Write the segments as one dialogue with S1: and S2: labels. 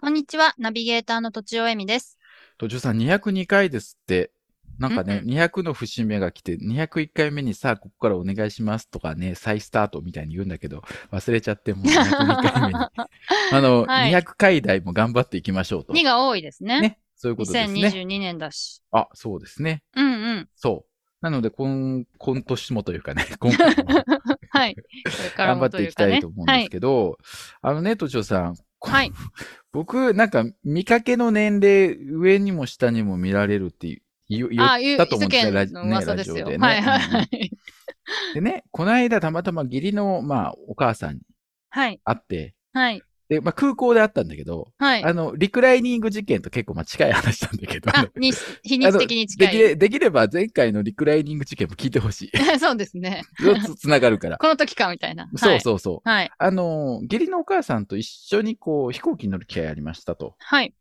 S1: こんにちはナビゲーターのとちおえみです
S2: 途中さん、202回ですって、なんかね、
S1: うん
S2: 200の節目が来て、201回目にさあ、ここからお願いしますとかね、再スタートみたいに言うんだけど、忘れちゃって、もう202回目に。 あの、
S1: はい
S2: 200回台も頑張っていきましょうと。
S1: 2が多いですね
S2: ね。そういうことですね。
S1: 2022年だし
S2: あ、そうですね。
S1: うんうん
S2: そう。なので、今、 今年もというかね、今回も
S1: はいこれから
S2: 頑張
S1: も
S2: っ
S1: と
S2: て
S1: い
S2: いうき
S1: か
S2: たい
S1: ね
S2: と思うんですけど、あのね、都庁さん、こ
S1: はい
S2: 僕、なんか、見かけの年齢、上にも下にも見られるっていう言う、言
S1: あ
S2: ったと思うんです
S1: 世
S2: よ、
S1: 間
S2: ラジ
S1: の
S2: ね
S1: 噂
S2: ラ
S1: で
S2: ジ
S1: す
S2: オ
S1: よ
S2: でね。
S1: はいは
S2: うんうん
S1: い
S2: で ね、この間、たまたま義理の、まあ、お母さんに
S1: はい
S2: 会って、
S1: はい
S2: で、まあ、空港で会ったんだけど、
S1: はい
S2: あの、リクライニング事件と結構、まあ、近い話なんだけど、
S1: あ、 に、日にち的
S2: で
S1: に近
S2: き
S1: い。
S2: れできれば前回のリクライニング事件も聞いてほし い。
S1: そうですね。
S2: つつながるから。
S1: この時か、みたいな。
S2: そうそうそう。
S1: う。はい。
S2: あの、義理のお母さんと一緒にこう、飛行機に乗る機会ありましたと。
S1: はい。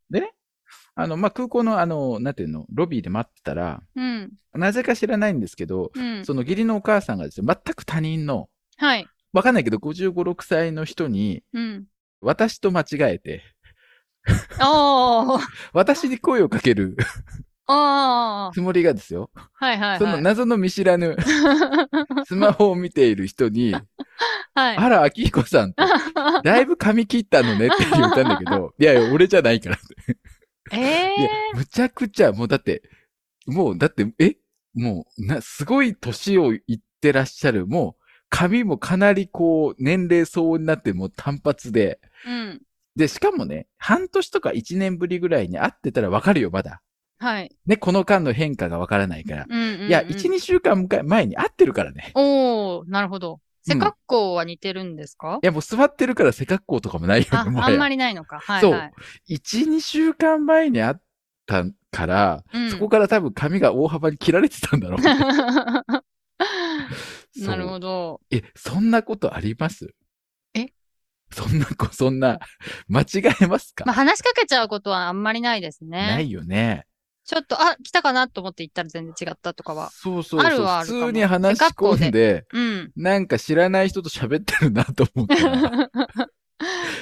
S2: あの、まあ、空港のあの、なんていうの、ロビーで待ってたら、
S1: うん。
S2: なぜか知らないんですけど、
S1: うん。
S2: その義理のお母さんがですね、全く他人の、
S1: はい。
S2: わかんないけど、55、6歳の人に、
S1: うん。
S2: 私と間違えて、
S1: おー。
S2: 私に声をかける
S1: おー。
S2: つもりがですよ、
S1: はいはい、はい。
S2: その謎の見知ら ぬスマホを見ている人に、
S1: はい。
S2: あら、明彦さんと、だいぶ髪切ったのねって言ったんだけど、いやいや、俺じゃないからって。
S1: え
S2: いや
S1: え、
S2: むちゃくちゃ、もうだって、もうだって、えもう、な、すごい年をいってらっしゃる、もう、髪もかなりこう、年齢相応になって、もう単発で、
S1: ー。うん。
S2: で、しかもね、半年とか1年ぶりぐらいに会ってたらわかるよ、まだ。
S1: はい。
S2: ね、この間の変化がわからないから。
S1: うんうん、うん。
S2: いや、1、2週間向かい前に会ってるからね。
S1: おー、なるほど。
S2: う
S1: 背
S2: ん
S1: 格好は似てるんですか、
S2: いや、もう座ってるから背格好とかもないよ
S1: あ、
S2: ね、も
S1: あんま
S2: り。
S1: りないのか。はい、
S2: そう
S1: はい。
S2: 1、2週間前に会ったから、
S1: うん
S2: そこから多分髪が大幅に切られてたんだろうね。そう
S1: なるほど。
S2: え、そんなことあります
S1: え
S2: そんなこ、そんな、間違えますか、
S1: まあ、話しかけちゃうことはあんまりないですね。
S2: ないよね。
S1: ちょっと、あ、来たかなと思って行ったら全然違ったとかは。
S2: そうそうそう。
S1: あるはあるかも
S2: 普通に話し込んで、
S1: うん。
S2: なんか知らない人と喋ってるなと思ったら。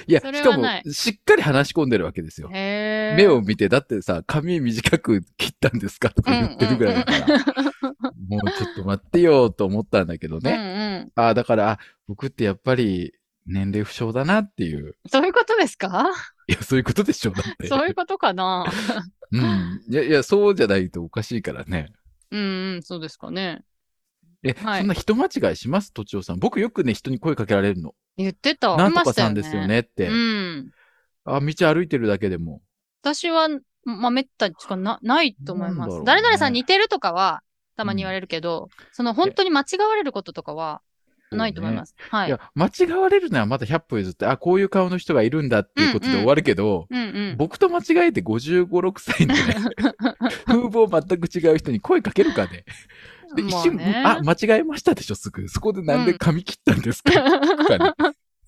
S2: いや、
S1: それ
S2: し
S1: は
S2: かも
S1: ない、
S2: しっかり話し込んでるわけですよ。
S1: へえ。
S2: 目を見て、だってさ、髪短く切ったんですかとか言ってるぐらいだから、 もうちょっと待ってよと思ったんだけど
S1: うんう
S2: ね。
S1: ん。
S2: ああ、だから、あ僕ってやっぱり年齢不詳だなっていう。
S1: そういうことですか
S2: いや、そういうことでしょ、だって。
S1: そういうことかな
S2: うん。いや、いや、そうじゃないとおかしいからね。
S1: うんうん、そうですかね。
S2: え、
S1: はい
S2: そんな人間違いしますとちおさん。僕よくね、人に声かけられるの。
S1: 言ってた。
S2: なんと
S1: いま
S2: か
S1: したよ
S2: さんですよねって。
S1: うん。
S2: あ、道歩いてるだけでも。
S1: 私は、まあ、めったにしかなないと思い
S2: なんだ
S1: ま
S2: ろう
S1: す。
S2: ね
S1: 誰々さん似てるとかは、たまに言われるけど、その本当に間違われることとかは、ないと思います。はいい。
S2: や、間違われるのはまだ100歩譲って、あ、こういう顔の人がいるんだっていうことで
S1: うんうん
S2: 終わるけど、
S1: うんうん。
S2: 僕と間違えて55、6歳の ね、風貌全く違う人に声かけるかね。で、一
S1: まあ
S2: 瞬、
S1: ね
S2: あ、間違えましたでしょ、すぐ。そこでなんで髪切ったんですか、と かねっ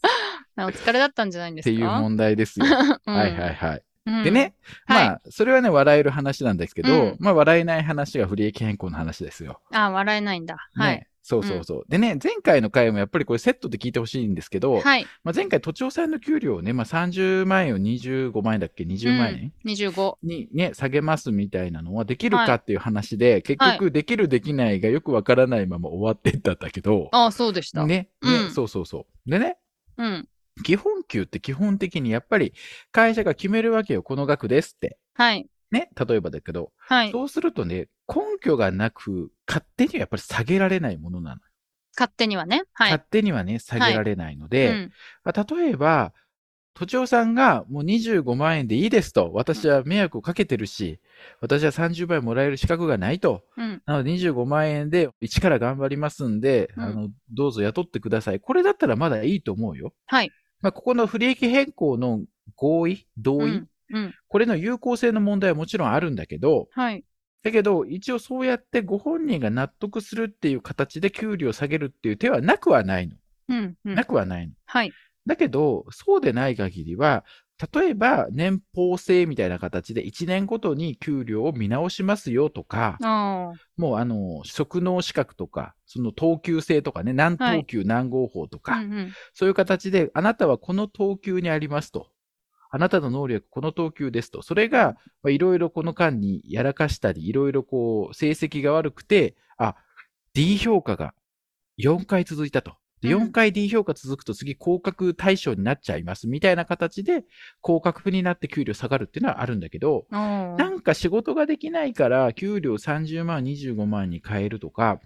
S1: お疲れだったんじゃないんです
S2: てい
S1: か
S2: う問題ですよ。はいはいはい。でね、、
S1: うんはい
S2: まあ、それはね、笑える話なんですけど、
S1: うん
S2: まあ、笑えない話が不利益変更の話ですよ。
S1: うんあ、笑えないんだ。
S2: ね。
S1: はい。
S2: そうそうそう。でね、前回の回もやっぱりこれセットで聞いてほしいんですけど、
S1: はい。
S2: まあ、前回、都庁さんの給料をね、まあ、30万円を25万円だっけ、20万円、
S1: 25。
S2: にね、下げますみたいなのはできるかっていう話で、結局、できるできないがよくわからないまま終わってったんだけど、
S1: ああ、そうでした。
S2: ね、ね、
S1: うん
S2: そうそうそう。でね、
S1: うん。
S2: 基本給って基本的にやっぱり会社が決めるわけよ、この額ですって。
S1: はい。
S2: ね、例えばだけど、
S1: はい。
S2: そうするとね、根拠がなく、勝手にはやっぱり下げられないものなの。
S1: 勝手にはね。はい。
S2: 勝手にはね、下げられないの
S1: う
S2: で、
S1: ん。
S2: まあ例えば、都庁さんがもう25万円でいいですと、私は迷惑をかけてるし、私は30倍もらえる資格がないと、
S1: うん。
S2: なので25万円で一から頑張りますんで、
S1: うん
S2: あの、どうぞ雇ってください。これだったらまだいいと思うよ。
S1: はい。
S2: まあ、ここの不利益変更の合意、同意
S1: うん
S2: これの有効性の問題はもちろんあるんだけど、
S1: はい。
S2: だけど、一応そうやってご本人が納得するっていう形で給料を下げるっていう手はなくはないの。
S1: うん、うん
S2: な。くはないの。
S1: はい。
S2: だけど、そうでない限りは、例えば年俸制みたいな形で1年ごとに給料を見直しますよとか、
S1: あ
S2: もうあの、職能資格とか、その等級制とかね、何等級何号法とか、
S1: あ。うん、うん。
S2: そういう形で、あなたはこの等級にありますと。あなたの能力、この等級ですと。それが、まあいろいろこの間にやらかしたり、いろいろこう、成績が悪くて、あ、D 評価が4回続いたと。で
S1: うん
S2: 4回 D 評価続くと次、降格対象になっちゃいます。みたいな形で、降格になって給料下がるっていうのはあるんだけど、
S1: あ
S2: なんか仕事ができないから、給料30万、25万に変えるとか、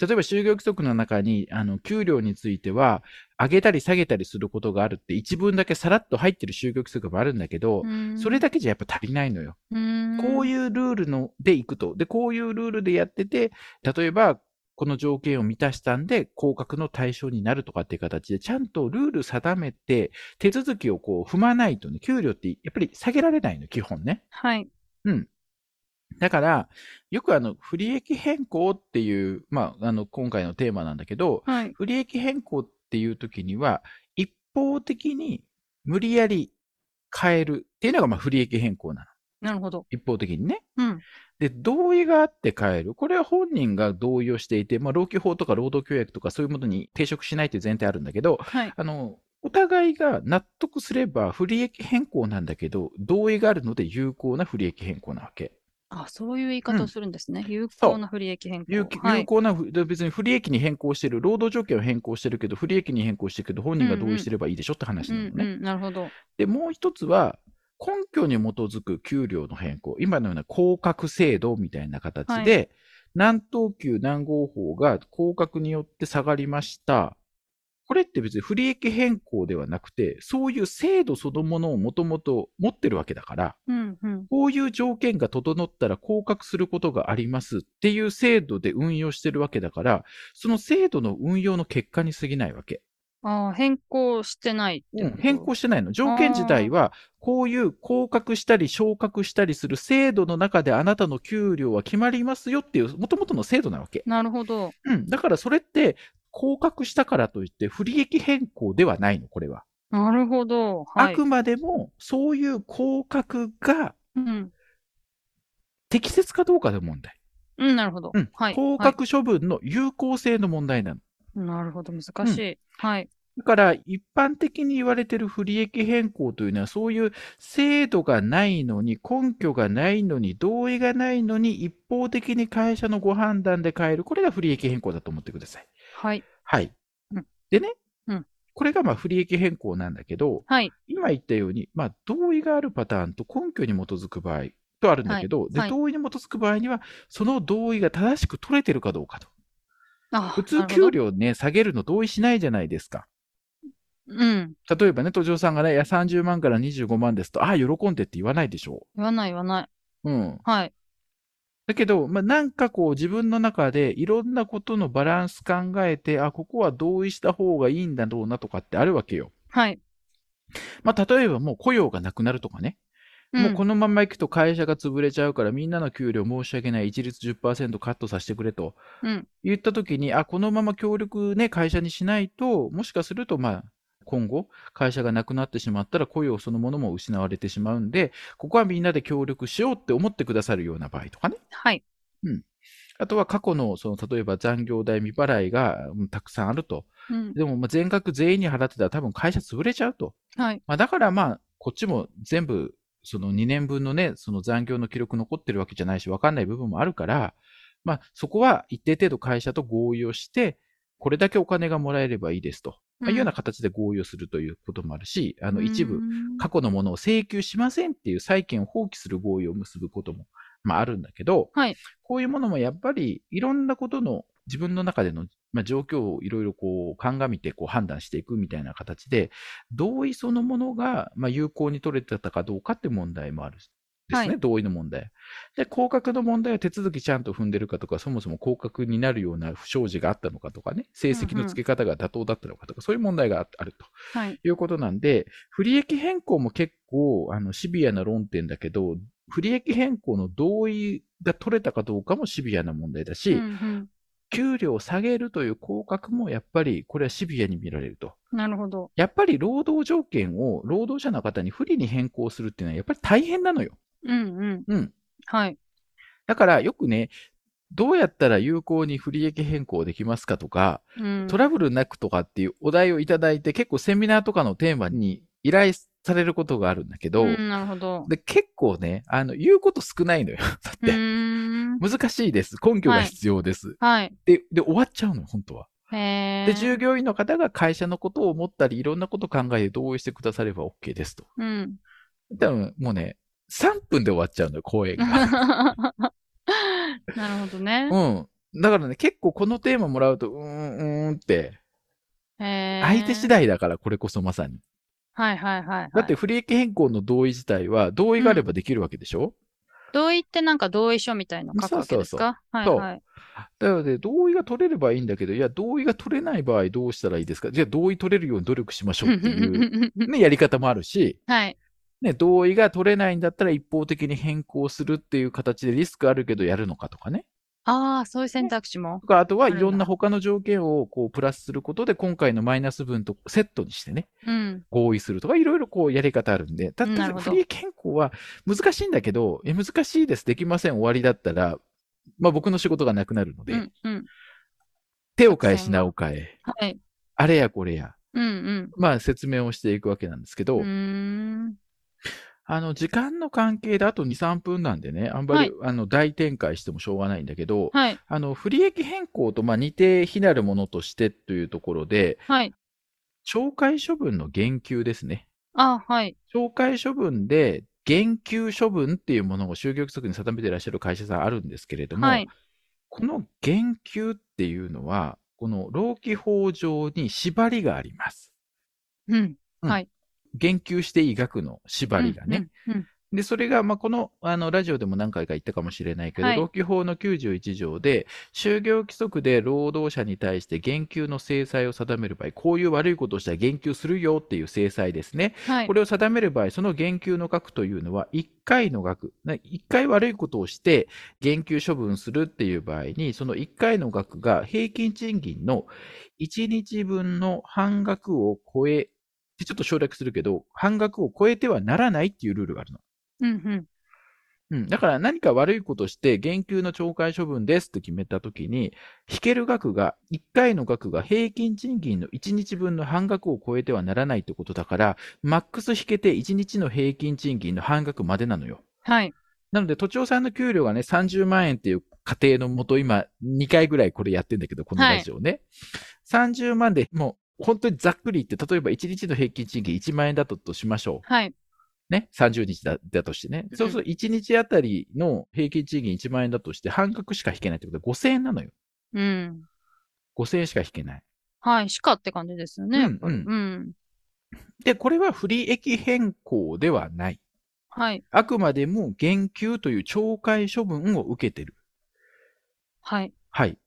S2: 例えば就業規則の中に、あの、給料については、上げたり下げたりすることがあるって、一文だけさらっと入ってる就業規則もあるんだけど、
S1: あ。
S2: それだけじゃやっぱ足りないのよ。
S1: うん、
S2: こういうルールのでいくと。で、こういうルールでやってて、例えば、この条件を満たしたんで、降格の対象になるとかっていう形で、ちゃんとルール定めて、手続きをこう踏まないとね、給料ってやっぱり下げられないの、基本ね。
S1: はい。
S2: だから、よくあの、不利益変更っていう、まあ、あの、今回のテーマなんだけど、
S1: はい。
S2: 不利益変更っていう時には、一方的に無理やり変えるっていうのが、まあ、不利益変更なの。
S1: なるほど。
S2: 一方的にね。
S1: うん。
S2: で、同意があって変える。これは本人が同意をしていて、まあ、労基法とか労働協約とかそういうものに抵触しないという前提あるんだけど、
S1: はい。
S2: あの、お互いが納得すれば不利益変更なんだけど、同意があるので有効な不利益変更なわけ。
S1: あ、そういう言い方をするんですね。有
S2: そう
S1: 効な不利益変更。
S2: 有機
S1: は
S2: 有
S1: い。
S2: 効な、ふ別に不利益に変更してる、労働条件を変更してるけど、不利益に変更してるけど、本人が同意してればいいでしょって話
S1: う
S2: なんのね。
S1: うん、なるほど。
S2: で、もう一つは、根拠に基づく給料の変更、今のような降格制度みたいな形で、何等級何号法が降格によって下がりました。これって別に不利益変更ではなくて、そういう制度そのものをもともと持ってるわけだから、
S1: うん、うん。
S2: こういう条件が整ったら降格することがありますっていう制度で運用してるわけだから、その制度の運用の結果に過ぎないわけ。
S1: ああ、変更してないって
S2: う
S1: こ
S2: ん
S1: と。
S2: 変更してないの。条件自体は、こういう降格したり昇格したりする制度の中であなたの給料は決まりますよっていう、元々の制度なわけ。
S1: なるほど。
S2: うん。だからそれって、降格したからといって不利益変更ではないの、これは。
S1: なるほど。はい。
S2: あくまでも、そういう降格が
S1: うん。
S2: 適切かどうかの問題。
S1: うん、なるほど。
S2: うん
S1: はい。
S2: 降格処分の有効性の問題なの。
S1: はい。なるほど。難しい。はい。
S2: だから、一般的に言われてる不利益変更というのは、そういう制度がないのに、根拠がないのに、同意がないのに、一方的に会社のご判断で変える。これが不利益変更だと思ってください。
S1: はい。
S2: はい。
S1: うん
S2: でね、
S1: うん
S2: これがまあ不利益変更なんだけど、
S1: はい。
S2: 今言ったように、まあ、同意があるパターンと根拠に基づく場合とあるんだけど、
S1: は
S2: で
S1: い
S2: 同意に基づく場合には、その同意が正しく取れてるかどうかと。
S1: あ
S2: 普
S1: な
S2: 通、
S1: るほ
S2: 給
S1: ど
S2: 料ね、下げるの同意しないじゃないですか。
S1: うん。
S2: 例えばね、途上さんがね、いや、30万から25万ですと、ああ、喜んでって言わないでしょ
S1: 言わない言わない。
S2: う。うん。
S1: はい。
S2: だけど、まあ、なんかこう、自分の中でいろんなことのバランス考えて、あ、ここは同意した方がいいんだろうなとかってあるわけよ。
S1: はい。
S2: まあ、例えばもう雇用がなくなるとかね。もうこの
S1: の、
S2: まま行くと会社が潰れちゃうから、みんなの給料申し訳ない、一律10%カットさせてくれと
S1: うん。
S2: 言った時に、あ、このまま協力ね、会社にしないと、もしかすると、まあ、今後、会社がなくなってしまったら雇用そのものも失われてしまうんで、ここはみんなで協力しようって思ってくださるような場合とかね。
S1: はい。
S2: あとは過去の、その、例えば残業代未払いがうんたくさんあると。
S1: うん。
S2: でも、まあ全額全員に払ってたら多分会社潰れちゃうと。
S1: はい。
S2: まあだからまあ、こっちも全部、その2年分のね、その残業の記録残ってるわけじゃないし、わかんない部分もあるから、まあそこは一定程度会社と合意をして、これだけお金がもらえればいいですと。まあ、いうような形で合意をするということもあるし、あ
S1: あ
S2: の一部、過去のものを請求しませんっていう債権を放棄する合意を結ぶことも、まあ、あるんだけど、
S1: はい
S2: こういうものもやっぱりいろんなことの自分の中での、まあ、状況をいろいろこう鑑みてこう判断していくみたいな形で、同意そのものが、まあ、有効に取れてたかどうかって問題もある。ですね、
S1: はい
S2: 同意の問題。で、降格の問題は手続きちゃんと踏んでるかとか、そもそも降格になるような不祥事があったのかとかね、成績の付け方が妥当だったのかとか、そういう問題がああると。
S1: はい。
S2: いうことなんで、不利益変更も結構、あの、シビアな論点だけど、不利益変更の同意が取れたかどうかもシビアな問題だし、
S3: うん
S2: 給料を下げるという降格もやっぱりこれはシビアに見られると。
S3: うん、なるほど。
S2: やっぱり労働条件を労働者の方に不利に変更するっていうのはやっぱり大変なのよ。
S3: うんうん。
S2: うん。
S3: はい。
S2: だからよくね、どうやったら有効に不利益変更できますかとか、
S3: うん、
S2: トラブルなくとかっていうお題をいただいて結構セミナーとかのテーマに依頼されることがあるんだけど、
S3: うん、なるほど。
S2: で結構ね、あの、言うこと少ないのよ。 だっ
S3: う
S2: て、
S3: ーん。
S2: 難しいです。根拠が必要です。
S3: はい。
S2: で、で、終わっちゃうのよ、本当は。
S3: へ
S2: で、従業員の方が会社のことを思ったり、いろんなことを考えて同意してくだされば OK ですと。
S3: うん
S2: 多分もうね、3分で終わっちゃうのよ、講演が。
S3: なるほどね。
S2: うん。だからね、結構このテーマもらうと、うーん、うーんって、相
S3: 相
S2: 手次。第だから、これこそまさに。
S3: はいはいはい、はい。
S2: だって、不利益変更の同意自体は、同意があればできるわけでしょ、
S3: 同意ってなんか同意書みたいの書くわけですか
S2: そう
S3: はいはい。
S2: だからね、同意が取れればいいんだけど、いや、同意が取れない場合どうしたらいいですかじゃあ、同意取れるように努力しましょうっていう、ね、やり方もあるし、
S3: はい。
S2: ね、同意が取れないんだったら一方的に変更するっていう形でリスクあるけどやるのかとかね。
S3: ああ、そういう選択肢も
S2: と。か、あとは
S3: あるん
S2: い
S3: だ
S2: ろんな他の条件をこうプラスすることで今回のマイナス分とセットにしてね、
S3: うん。
S2: 合意するとか、いろいろこうやり方あるんで、た
S3: うんなるほ
S2: だ、
S3: ど
S2: フリー健康は難しいんだけど、え難しいです、できません、終わりだったら、まあ僕の仕事がなくなるので、
S3: うんうん。
S2: 手を変え、品を変え、
S3: はい。
S2: あれやこれや、
S3: うんうん。
S2: まあ説明をしていくわけなんですけど、
S3: うーん。
S2: あの、時間の関係であと2、3分なんでね、あんまり、あの、大展開してもしょうがないんだけど、
S3: はい。
S2: あの、不利益変更と、まあ、似て非なるものとしてというところで、
S3: はい。
S2: 懲戒処分の減給ですね。
S3: ああ、はい。
S2: 懲戒処分で、減給処分っていうものを就業規則に定めていらっしゃる会社さんあるんですけれども、
S3: はい。
S2: この減給っていうのは、この労基法上に縛りがあります。
S3: うん。
S2: 減給していい額の縛りがね。
S3: うん。うん。
S2: で、それが、まあ、この、あの、ラジオでも何回か言ったかもしれないけど、
S3: はい
S2: 労基法の91条で、就業規則で労働者に対して減給の制裁を定める場合、こういう悪いことをしたら減給するよっていう制裁ですね。
S3: はい
S2: こ。れを定める場合、その減給の額というのは、1回の額、な1回悪いことをして減給処分するっていう場合に、その1回の額が平均賃金の1日分の半額を超え、ちょっと省略するけど、半額を超えてはならないっていうルールがあるの。
S3: うんうん。
S2: うん、だから何か悪いことして、減給の懲戒処分ですって決めたときに、引ける額が、1回の額が平均賃金の1日分の半額を超えてはならないってことだから、マックス引けて1日の平均賃金の半額までなのよ。
S3: はい。
S2: なので、都庁さんの給料がね、30万円っていう家庭のもと、今、2回ぐらいこれやってんだけど、このラジオね。30万でもう、本当にざっくり言って、例えば1日の平均賃金1万円だととしましょう。
S3: はい。
S2: ね、30日だだとしてね。
S3: ん
S2: そうすると1日あたりの平均賃金1万円だとして、半額しか引けないってことは5000円なのよ。
S3: うん。
S2: 5000円しか引けない。
S3: はい。しかって感じですよね。
S2: う
S3: や
S2: ん
S3: っぱり
S2: うん
S3: うん。
S2: で、これは不利益変更ではない。
S3: はい。
S2: あくまでも減給という懲戒処分を受けてる。
S3: はい。
S2: はい。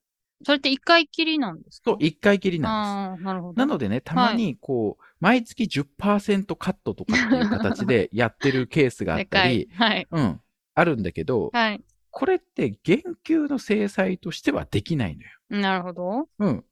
S3: それって一回きりなんですか
S2: と、1回きりなんで
S3: ああー、
S2: す。
S3: なるほど。
S2: なのでね、たまに、こう、毎月10%カットとかっていう形 でやってるケースがあっ
S3: で
S2: た
S3: か
S2: り
S3: い、。はい。
S2: うん、あるんだけど、
S3: はい。
S2: これって減給の制裁としてはできないのよ。
S3: なるほど。
S2: うん。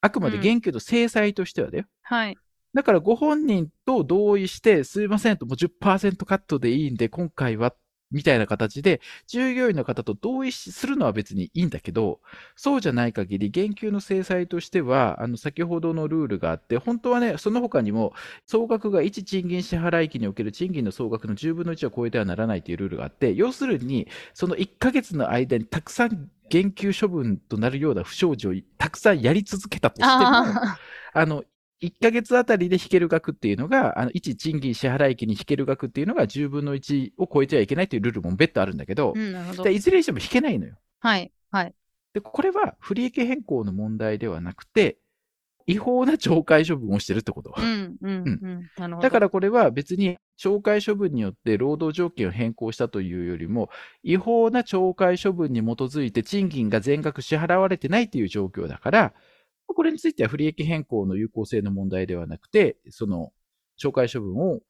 S2: あくまで
S3: うん
S2: 言及と制裁としてはだよ。
S3: はい。
S2: だからご本人と同意して、すいませんと、もう10%カットでいいんで、今回は、みたいな形で、従業員の方と同意しするのは別にいいんだけど、そうじゃない限り、減給の制裁としては、あの、先ほどのルールがあって、本当はね、その他にも、総額が1賃金支払期における賃金の総額の10分の1は超えてはならないというルールがあって、要するに、その1ヶ月の間にたくさん減給処分となるような不祥事をたくさんやり続けたとしても、
S3: あ
S2: あの、1ヶ月あたりで引ける額っていうのが、あの、1賃金支払い期に引ける額っていうのが10分の1を超えてはいけないというルールも別途あるんだけど
S3: あ。う、ん、なるほど
S2: で。いずれにしても引けないのよ。
S3: はい。はい。
S2: で、これは不利益変更の問題ではなくて、違法な懲戒処分をしてるってこと。
S3: うん、うん、うん。なるほど。
S2: だからこれは別に懲戒処分によって労働条件を変更したというよりも、違法な懲戒処分に基づいて賃金が全額支払われてないという状況だから、これについては不利益変更の有効性の問題ではなくて、その懲戒処分を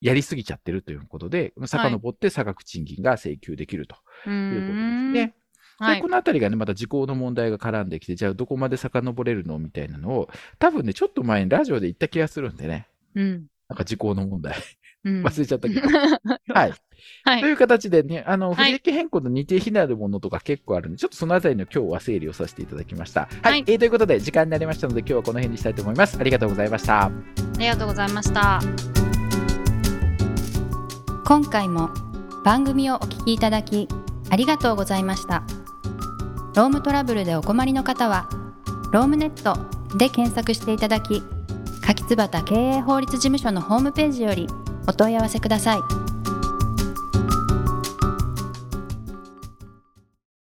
S2: やりすぎちゃってるということで、遡って差額賃金が請求できると
S1: う
S2: いうことです
S1: ん
S2: ね。
S1: は
S2: で、
S1: い
S2: こ。のあたりがね、また時効の問題が絡んできて、じゃあどこまで遡れるのみたいなのを、多分ね、ちょっと前にラジオで言った気がするんでね。
S1: うん。
S2: なんか時効の問題。
S1: うん
S2: 忘れちゃったけど。はい。
S1: は
S2: と
S1: い。
S2: いう形でね、あの、
S1: はい
S2: 不利益変更の似て非なるものとか結構あるんで、ちょっとそのあたりの今日は整理をさせていただきました。はい。
S1: はい
S2: えーということで、時間になりましたので、今日はこの辺にしたいと思います。ありがとうございました。
S1: ありがとうございました。
S4: 今回も番組をお聞きいただきありがとうございましたロームトラブルでお困りの方はロームネットで検索していただき柿椿経営法律事務所のホームページよりお問い合わせください